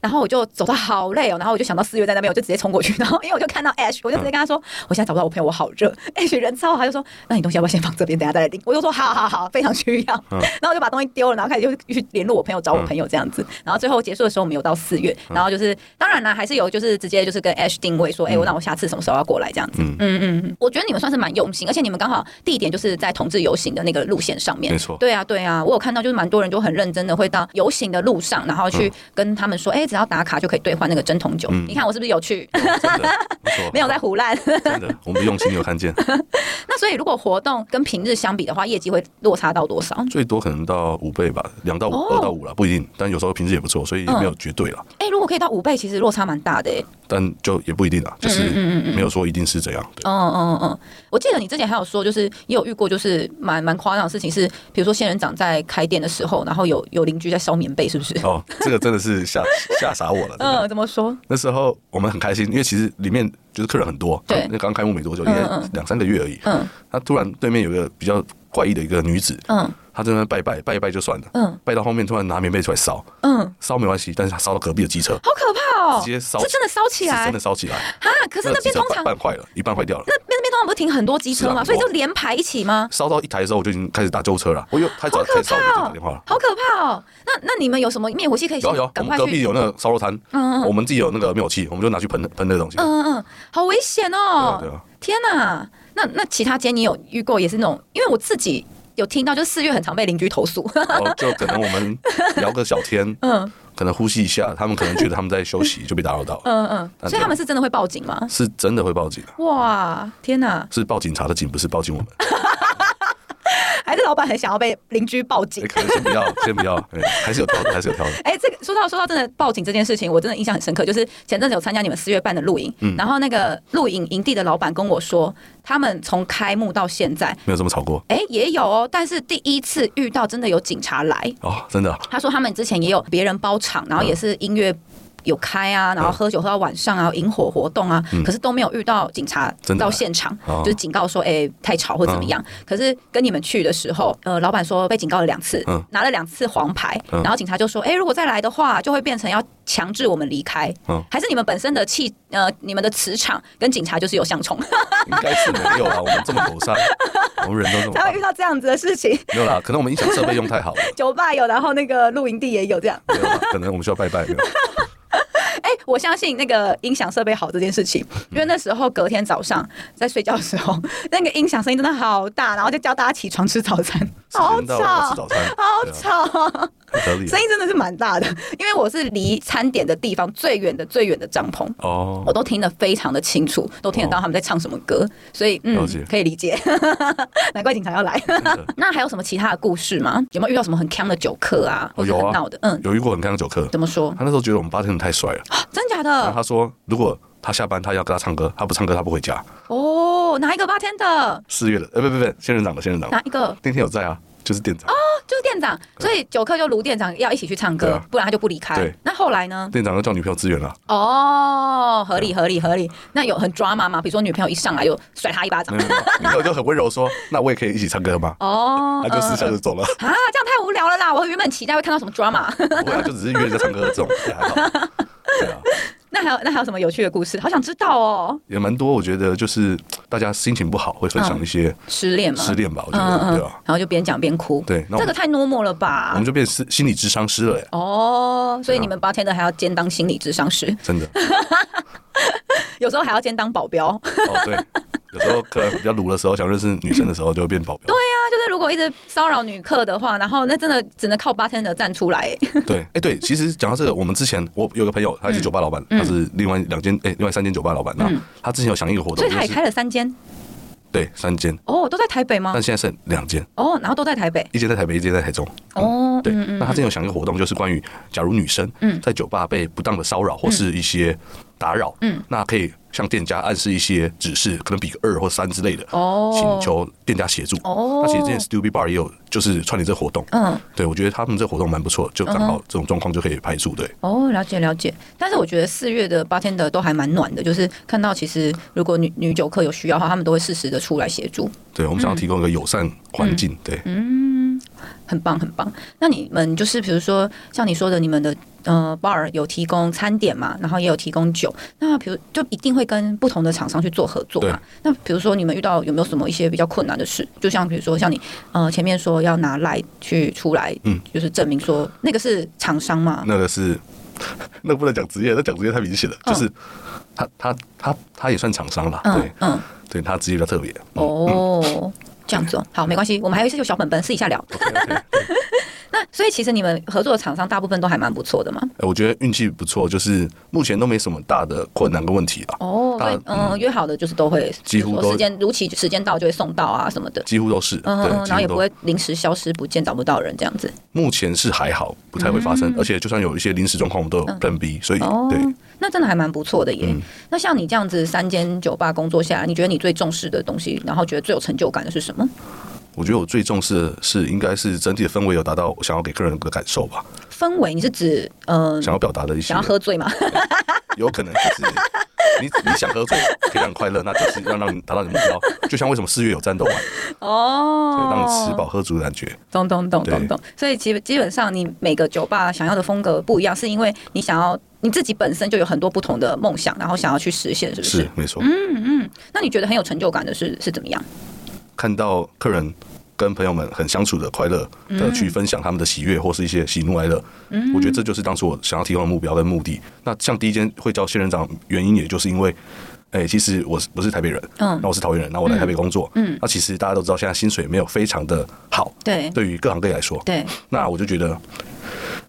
Speaker 1: 然后我就走到好累哦，然后我就想到四月在那边，我就直接冲过去，然后因为我就看到 Ash，我就直接跟他说，我现在找不到我朋友，我好热。Ash 人超好，他就说，那你东西要不要先放这边，等一下再来拎？我就说好好好，非常需要。 然后我就把东西丢了，然后开始就去联络我朋友，找我朋友这样子。然后最后结束的时候，我们有到四月，然后就是当然啦，还是有就是直接就是跟 Ash 定位说，哎、我那我下次什么时候要过来这样子。嗯嗯嗯，我觉得你们算是蛮用心，而且你们刚好地点就是在同志游行的那个路线上面，
Speaker 2: 没错
Speaker 1: 对啊，对啊，我有看到，就是蛮多人就很认真的会到游行的路
Speaker 2: 嗯
Speaker 1: 上，然后去跟他们说，哎、只要打卡就可以兑换那个真铜酒。
Speaker 2: 嗯
Speaker 1: 你看我是不是有去？
Speaker 2: 真的不错
Speaker 1: 没有在胡乱。
Speaker 2: 真的，我们的用心有看见，
Speaker 1: 那所以如果活动跟平日相比的话，业绩会落差到多少？
Speaker 2: 最多可能到五倍吧，两到五，
Speaker 1: 哦
Speaker 2: 二到五了，不一定。但有时候平时也不错，所以没有绝对了，
Speaker 1: 哎、如果可以到五倍，其实落差蛮大的、哎。
Speaker 2: 但就也不一定啊，就是没有说一定是怎样。对，
Speaker 1: 嗯嗯嗯嗯，我记得你之前还有说，就是也有遇过，就是蛮蛮夸张的事情是，比如说仙人掌在开店的时候，然后有有邻居在烧棉被，是不是？
Speaker 2: 哦，这个真的是吓吓傻我了。真的
Speaker 1: 嗯，怎么说？
Speaker 2: 那时候我们很开心，因为其实里面就是客人很多，
Speaker 1: 对
Speaker 2: 刚那刚开幕没多久，
Speaker 1: 嗯
Speaker 2: 应
Speaker 1: 嗯
Speaker 2: 该两三个月而已。
Speaker 1: 嗯
Speaker 2: 他突然对面有一个比较怪异的一个女子，
Speaker 1: 嗯，
Speaker 2: 他正在那拜拜拜一拜就算了，
Speaker 1: 嗯，
Speaker 2: 拜到后面突然拿棉被出来烧，
Speaker 1: 嗯，
Speaker 2: 烧没关系，但是他烧到隔壁的机车，
Speaker 1: 好可怕哦，
Speaker 2: 直接烧
Speaker 1: 是真的烧起
Speaker 2: 是
Speaker 1: 来
Speaker 2: 真的烧起来，
Speaker 1: 啊！可是那
Speaker 2: 机
Speaker 1: 边
Speaker 2: 车
Speaker 1: 通
Speaker 2: 半
Speaker 1: 常那
Speaker 2: 半坏了，一半坏掉了。
Speaker 1: 边那边通常不是停很多机车
Speaker 2: 是
Speaker 1: 吗？
Speaker 2: 啊
Speaker 1: 所以就
Speaker 2: 很多
Speaker 1: 连排一起吗？
Speaker 2: 烧到一台的时候，我就已经开始打救护车了。我哎有他只要
Speaker 1: 好可
Speaker 2: 开始烧，我就
Speaker 1: 怕
Speaker 2: 打
Speaker 1: 哦
Speaker 2: 电话了，。
Speaker 1: 好可怕哦！那那你们有什么灭火器可以先
Speaker 2: 有有，我
Speaker 1: 赶
Speaker 2: 们
Speaker 1: 快
Speaker 2: 隔壁
Speaker 1: 去？
Speaker 2: 有那个烧肉摊，
Speaker 1: 嗯嗯
Speaker 2: 我们自己有那个灭火器，我们就拿去喷喷那个东西。
Speaker 1: 嗯嗯嗯，好危险哦！
Speaker 2: 对啊对啊
Speaker 1: 天哪！那那其他间你有遇过也是那种？因为我自己有听到，就四月很常被邻居投诉。
Speaker 2: 然后哦就可能我们聊个小天，
Speaker 1: 嗯
Speaker 2: 可能呼吸一下，他们可能觉得他们在休息，就被打扰到了，
Speaker 1: 嗯嗯，所以他们是真的会报警吗？
Speaker 2: 是真的会报警的，啊
Speaker 1: 哇，天哪！
Speaker 2: 是报警察的警，不是报警我们。哎
Speaker 1: 还是老板很想要被邻居报警
Speaker 2: 哎，？可能先不要，先不要，哎还是有挑的，还是有挑的。
Speaker 1: 哎、这个说到说到真的报警这件事情，我真的印象很深刻。就是前阵子有参加你们四月半的露营，然后那个露营营地的老板跟我说，他们从开幕到现在，
Speaker 2: 没有这么吵过
Speaker 1: 哎、也有哦，但是第一次遇到真的有警察来。
Speaker 2: 哦，真的啊、
Speaker 1: 他说他们之前也有别人包场，然后也是音乐。有开啊，然后喝酒喝到晚上啊，萤火活动啊，可是都没有遇到警察
Speaker 2: 嗯真的
Speaker 1: 到
Speaker 2: 啊嗯
Speaker 1: 现场，
Speaker 2: 哦
Speaker 1: 就是警告说，哎、太吵或怎么样。可是跟你们去的时候，呃，老板说被警告了两次，
Speaker 2: 嗯
Speaker 1: 拿了两次黄牌，
Speaker 2: 嗯
Speaker 1: 然后警察就说，哎、如果再来的话，就会变成要强制我们离开，
Speaker 2: 嗯
Speaker 1: 还是你们本身的气，呃，你们的磁场跟警察就是有相冲，
Speaker 2: 应该是没有啊，我们这么友善，我们人都这么
Speaker 1: 才
Speaker 2: 好
Speaker 1: 会遇，到这样子的事情。
Speaker 2: 没有啦，可能我们音响设备用太好了，
Speaker 1: 酒吧有，然后那个露营地也有这样。
Speaker 2: 没有啦，可能我们需要拜拜，没有。
Speaker 1: 哎、我相信那个音响设备好这件事情，
Speaker 2: 嗯
Speaker 1: 因为那时候隔天早上在睡觉的时候， 那个音响声音真的好大，然后就叫大家起床吃早餐，好
Speaker 2: 时间到了要吃
Speaker 1: 吵
Speaker 2: 早。餐，
Speaker 1: 好
Speaker 2: 对啊
Speaker 1: 吵，
Speaker 2: 很合理啊
Speaker 1: 声音真的是蛮大的，因为我是离餐点的地方最远的最远的帐篷，
Speaker 2: 哦
Speaker 1: 我。都听得非常的清楚，都听得到他们在唱什么歌，所以嗯
Speaker 2: 了解，
Speaker 1: 可以理解， 难怪警察要来。
Speaker 2: 的
Speaker 1: 那还有什么其他的故事吗？有没有遇到什么很坑的酒客啊，或
Speaker 2: 哦
Speaker 1: 者
Speaker 2: 有
Speaker 1: 很
Speaker 2: 啊
Speaker 1: 闹的？嗯，
Speaker 2: 有遇过很康酒客，
Speaker 1: 怎么 说？
Speaker 2: 他那时候觉得我们八天太帅了，
Speaker 1: 真假
Speaker 2: 然 后
Speaker 1: 的？
Speaker 2: 他说如果他下班他要跟他唱歌，他不唱歌他不回家。
Speaker 1: 哦，哪一个 bartender？
Speaker 2: 四月的，呃，不不不，仙人掌的仙人掌的，
Speaker 1: 哪一个？
Speaker 2: 那天有在啊，就是店长，
Speaker 1: 哦就是店长，所以酒客就卢店长要一起去唱
Speaker 2: 对
Speaker 1: 歌
Speaker 2: 啊，
Speaker 1: 不然他就不离开
Speaker 2: 对。
Speaker 1: 那后来呢？
Speaker 2: 店长要叫女朋友支援啊了，
Speaker 1: 哦，合理合理合理。那有很抓马吗？比如说女朋友一上来就甩他一巴掌
Speaker 2: 没有，没有女朋友就很温柔 说，那我也可以一起唱歌吗？
Speaker 1: 哦，
Speaker 2: 他就私下
Speaker 1: 嗯
Speaker 2: 就走了，
Speaker 1: 嗯啊，这样太无聊了啦！我原本期待会看到什么 drama。
Speaker 2: 不会啊，就只是约人家唱歌这种，也还好。对啊，
Speaker 1: 那还有那还有什么有趣的故事？好想知道哦。
Speaker 2: 也蛮多。我觉得就是大家心情不好会分享一些
Speaker 1: 失恋吗？
Speaker 2: 失恋吧，我觉
Speaker 1: 嗯，嗯嗯，
Speaker 2: 得对啊，
Speaker 1: 然后就边讲边哭。
Speaker 2: 对那我
Speaker 1: 这
Speaker 2: 们
Speaker 1: 个太 normal 了
Speaker 2: 我
Speaker 1: 吧
Speaker 2: 们？就变心心理智商师了，哎，
Speaker 1: 哦，所以
Speaker 2: 对啊
Speaker 1: 你们八天的还要兼当心理智商师，
Speaker 2: 真的。
Speaker 1: 有时候还要兼当保镖。
Speaker 2: 哦，对，有时候可能比较鲁的时候，想认识女生的时候，就会变保镖。
Speaker 1: 那啊就是如果一直骚扰女客的话，然后那真的只能靠八天的站出来。
Speaker 2: 对，哎、对，其实讲到这个，我们之前我有个朋友，他也是酒吧
Speaker 1: 嗯
Speaker 2: 老板，他是另外两间，哎、另外三间酒吧老板。那、他之前有响应一个 活
Speaker 1: 所
Speaker 2: 动，
Speaker 1: 以
Speaker 2: 哦就
Speaker 1: 他也
Speaker 2: 是
Speaker 1: 开了三间
Speaker 2: 对三间，
Speaker 1: 哦，都在台北吗
Speaker 2: 但？现在剩两间，
Speaker 1: 哦，然后都在台北
Speaker 2: 一间在台北，一间在台中。
Speaker 1: 哦，
Speaker 2: 对，
Speaker 1: 嗯嗯嗯
Speaker 2: 那他之前有想一个活动，就是关于假如女生在酒吧被不当的骚扰或是一些打扰，嗯，那可以向店家暗示一些指示，可能比个二或三之类的，
Speaker 1: 哦
Speaker 2: 请求店家协助。
Speaker 1: 哦
Speaker 2: 那其实之前 Stupid Bar 也有就是串联这活动，
Speaker 1: 嗯，
Speaker 2: 对我觉得他们这活动蛮不错，就刚好这种状况就可以排除，对，
Speaker 1: 哦，了解了解。但是我觉得四月的八天的都还蛮暖的，就是看到其实如果女女酒客有需要的话，他们都会适时的出来协助，
Speaker 2: 对我们
Speaker 1: 嗯
Speaker 2: 想要提供一个友善环境，对。
Speaker 1: 很棒很棒。那你们就是比如说像你说的，你们的呃 bar 有提供餐点嘛，然后也有提供酒，那比如就一定会跟不同的厂商去做合作嘛
Speaker 2: 对。
Speaker 1: 那比如说你们遇到有没有什么一些比较困难的事？就像比如说像你呃前面说要拿来去出来，
Speaker 2: 嗯
Speaker 1: 就是证明说那个是厂商嘛。
Speaker 2: 那个是， 那个不能讲职业，那讲职业太明显了。
Speaker 1: 嗯
Speaker 2: 就是他他他他也算厂商啦，
Speaker 1: 嗯
Speaker 2: 对嗯
Speaker 1: 嗯，
Speaker 2: 对，他职业比较特别。
Speaker 1: 哦，这样子哦，好，没关系，我们还有一些有小本本，私底下聊。
Speaker 2: OK，OK
Speaker 1: 那所以其实你们合作的厂商大部分都还蛮不错的嘛。
Speaker 2: 呃我觉得运气不错，就是目前都没什么大的困难跟问题啊，
Speaker 1: 哦，
Speaker 2: 大
Speaker 1: 对，嗯，约好的就是都会，
Speaker 2: 几乎
Speaker 1: 比如说
Speaker 2: 都
Speaker 1: 时间如期时间到就会送到啊什么的。
Speaker 2: 几乎都是
Speaker 1: 嗯嗯
Speaker 2: 对，
Speaker 1: 嗯，
Speaker 2: 几
Speaker 1: 然后也不
Speaker 2: 乎都
Speaker 1: 会临时消失不见找不到人这样子。
Speaker 2: 目前是还好，不太会发生。而且就算有一些临时状况，我们都有 Plan B，所以
Speaker 1: 嗯哦
Speaker 2: 嗯对，嗯
Speaker 1: 那真的还蛮不错的耶。那像你这样子三间酒吧工作下来，你觉得你最重视的东西，然后觉得最有成就感的是什么？
Speaker 2: 我觉得我最重视的是应该是整体的氛围有达到我想要给客人的感受吧。
Speaker 1: 氛围，你是指呃
Speaker 2: 想要表达的一些
Speaker 1: 想要喝醉吗？
Speaker 2: 有可能就是你你想喝醉可以让你快乐，那就是要让你达到你的目标。就像为什么四月有战斗丸，对
Speaker 1: 哦，
Speaker 2: 让你吃饱喝足的感觉。
Speaker 1: 懂懂懂
Speaker 2: 对
Speaker 1: 懂懂。所以基本基本上，你每个酒吧想要的风格不一样，是因为你想要你自己本身就有很多不同的梦想，然后想要去实现，是不是？
Speaker 2: 是没错，
Speaker 1: 那你觉得很有成就感的是是怎么样？
Speaker 2: 看到客人跟朋友们很相处的快乐
Speaker 1: 嗯
Speaker 2: 的去分享他们的喜悦或是一些喜怒哀乐，我觉得这就是当初我想要提供的目标跟目的。那像第一间会叫仙人掌，原因也就是因为。哎、其实我是不是台北人？
Speaker 1: 嗯
Speaker 2: 那我是桃园人，那我来台北工作，嗯，那其实大家都知道，现在薪水没有非常的好，
Speaker 1: 对
Speaker 2: 对于各行各业来说，
Speaker 1: 对，
Speaker 2: 那我就觉得，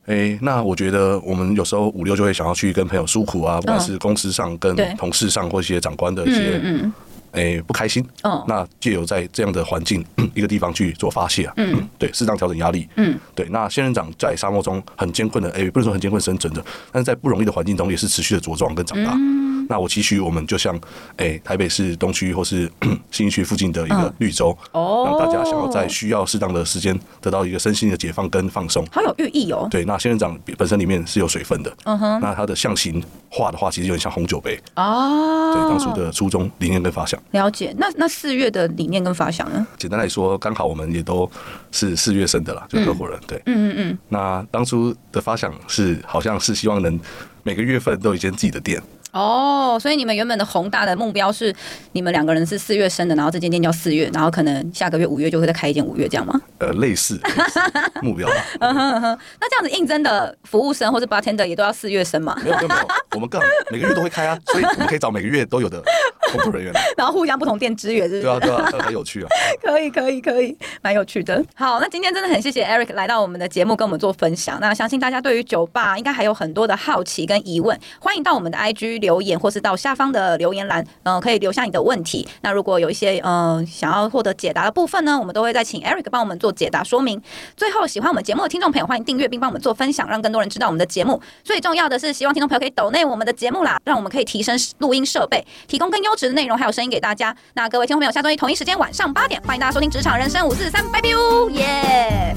Speaker 2: 诶，那我觉得我们有时候五六就会想要去跟朋友诉苦啊，不管是公司上、跟
Speaker 1: 嗯对
Speaker 2: 同事上或一些长官的一些
Speaker 1: 嗯嗯
Speaker 2: 诶、不开心，
Speaker 1: 嗯
Speaker 2: 那借由在这样的环境 一个地方去做发泄、啊，嗯， 对，适当调整压力，
Speaker 1: 嗯，
Speaker 2: 对。那仙人掌在沙漠中很艰困的，诶、不能说很艰困生存着，但是在不容易的环境中也是持续的茁壮跟长大。
Speaker 1: 嗯
Speaker 2: 那我期许我们就像诶、台北市东区或是 新一区附近的一个绿洲，
Speaker 1: 哦
Speaker 2: 让大家想要在需要适当的时间得到一个身心的解放跟放松。
Speaker 1: 好有寓意哦。
Speaker 2: 对，那仙人掌本身里面是有水分的，
Speaker 1: 嗯哼，
Speaker 2: 那它的象形画的话，其实有点像红酒杯。
Speaker 1: 哦，
Speaker 2: 对，当初的初衷理念跟发想。
Speaker 1: 了解。那那四月的理念跟发想呢？
Speaker 2: 简单来说，刚好我们也都是四月生的啦，就合伙人。对，嗯嗯嗯。那当初的发想是，好像是希望能每个月份都有一间自己的店。
Speaker 1: 哦，所以你们原本的宏大的目标是你们两个人是四月生的，然后这间店叫四月，然后可能下个月五月就会再开一间五月，这样吗？
Speaker 2: 呃，类 似类似目标吧，
Speaker 1: 嗯那这样子应征的服务生或是 bartender 也都要四月生嘛，
Speaker 2: 没有没有没有，我们更好每个月都会开啊，所以我们可以找每个月都有的工作人员，
Speaker 1: 然后互相不同店支援，是不是？
Speaker 2: 对啊对啊，这样才有趣啊。
Speaker 1: 可以，可以，可以，蛮有趣的。好，那今天真的很谢谢 Eric 来到我们的节目，跟我们做分享。那相信大家对于酒吧应该还有很多的好奇跟疑问，欢迎到我们的 IG 留言，或是到下方的留言栏，嗯、可以留下你的问题。那如果有一些嗯、呃想要获得解答的部分呢，我们都会再请 Eric 帮我们做解答说明。最后，喜欢我们节目的听众朋友，欢迎订阅并帮我们做分享，让更多人知道我们的节目。最重要的是，希望听众朋友可以抖内我们的节目啦，让我们可以提升录音设备，提供更优质的内容还有声音给大家。那各位听众朋友，下周一同一时间晚上八点，欢迎大家收听《职场人生五四三》，拜拜哦，耶、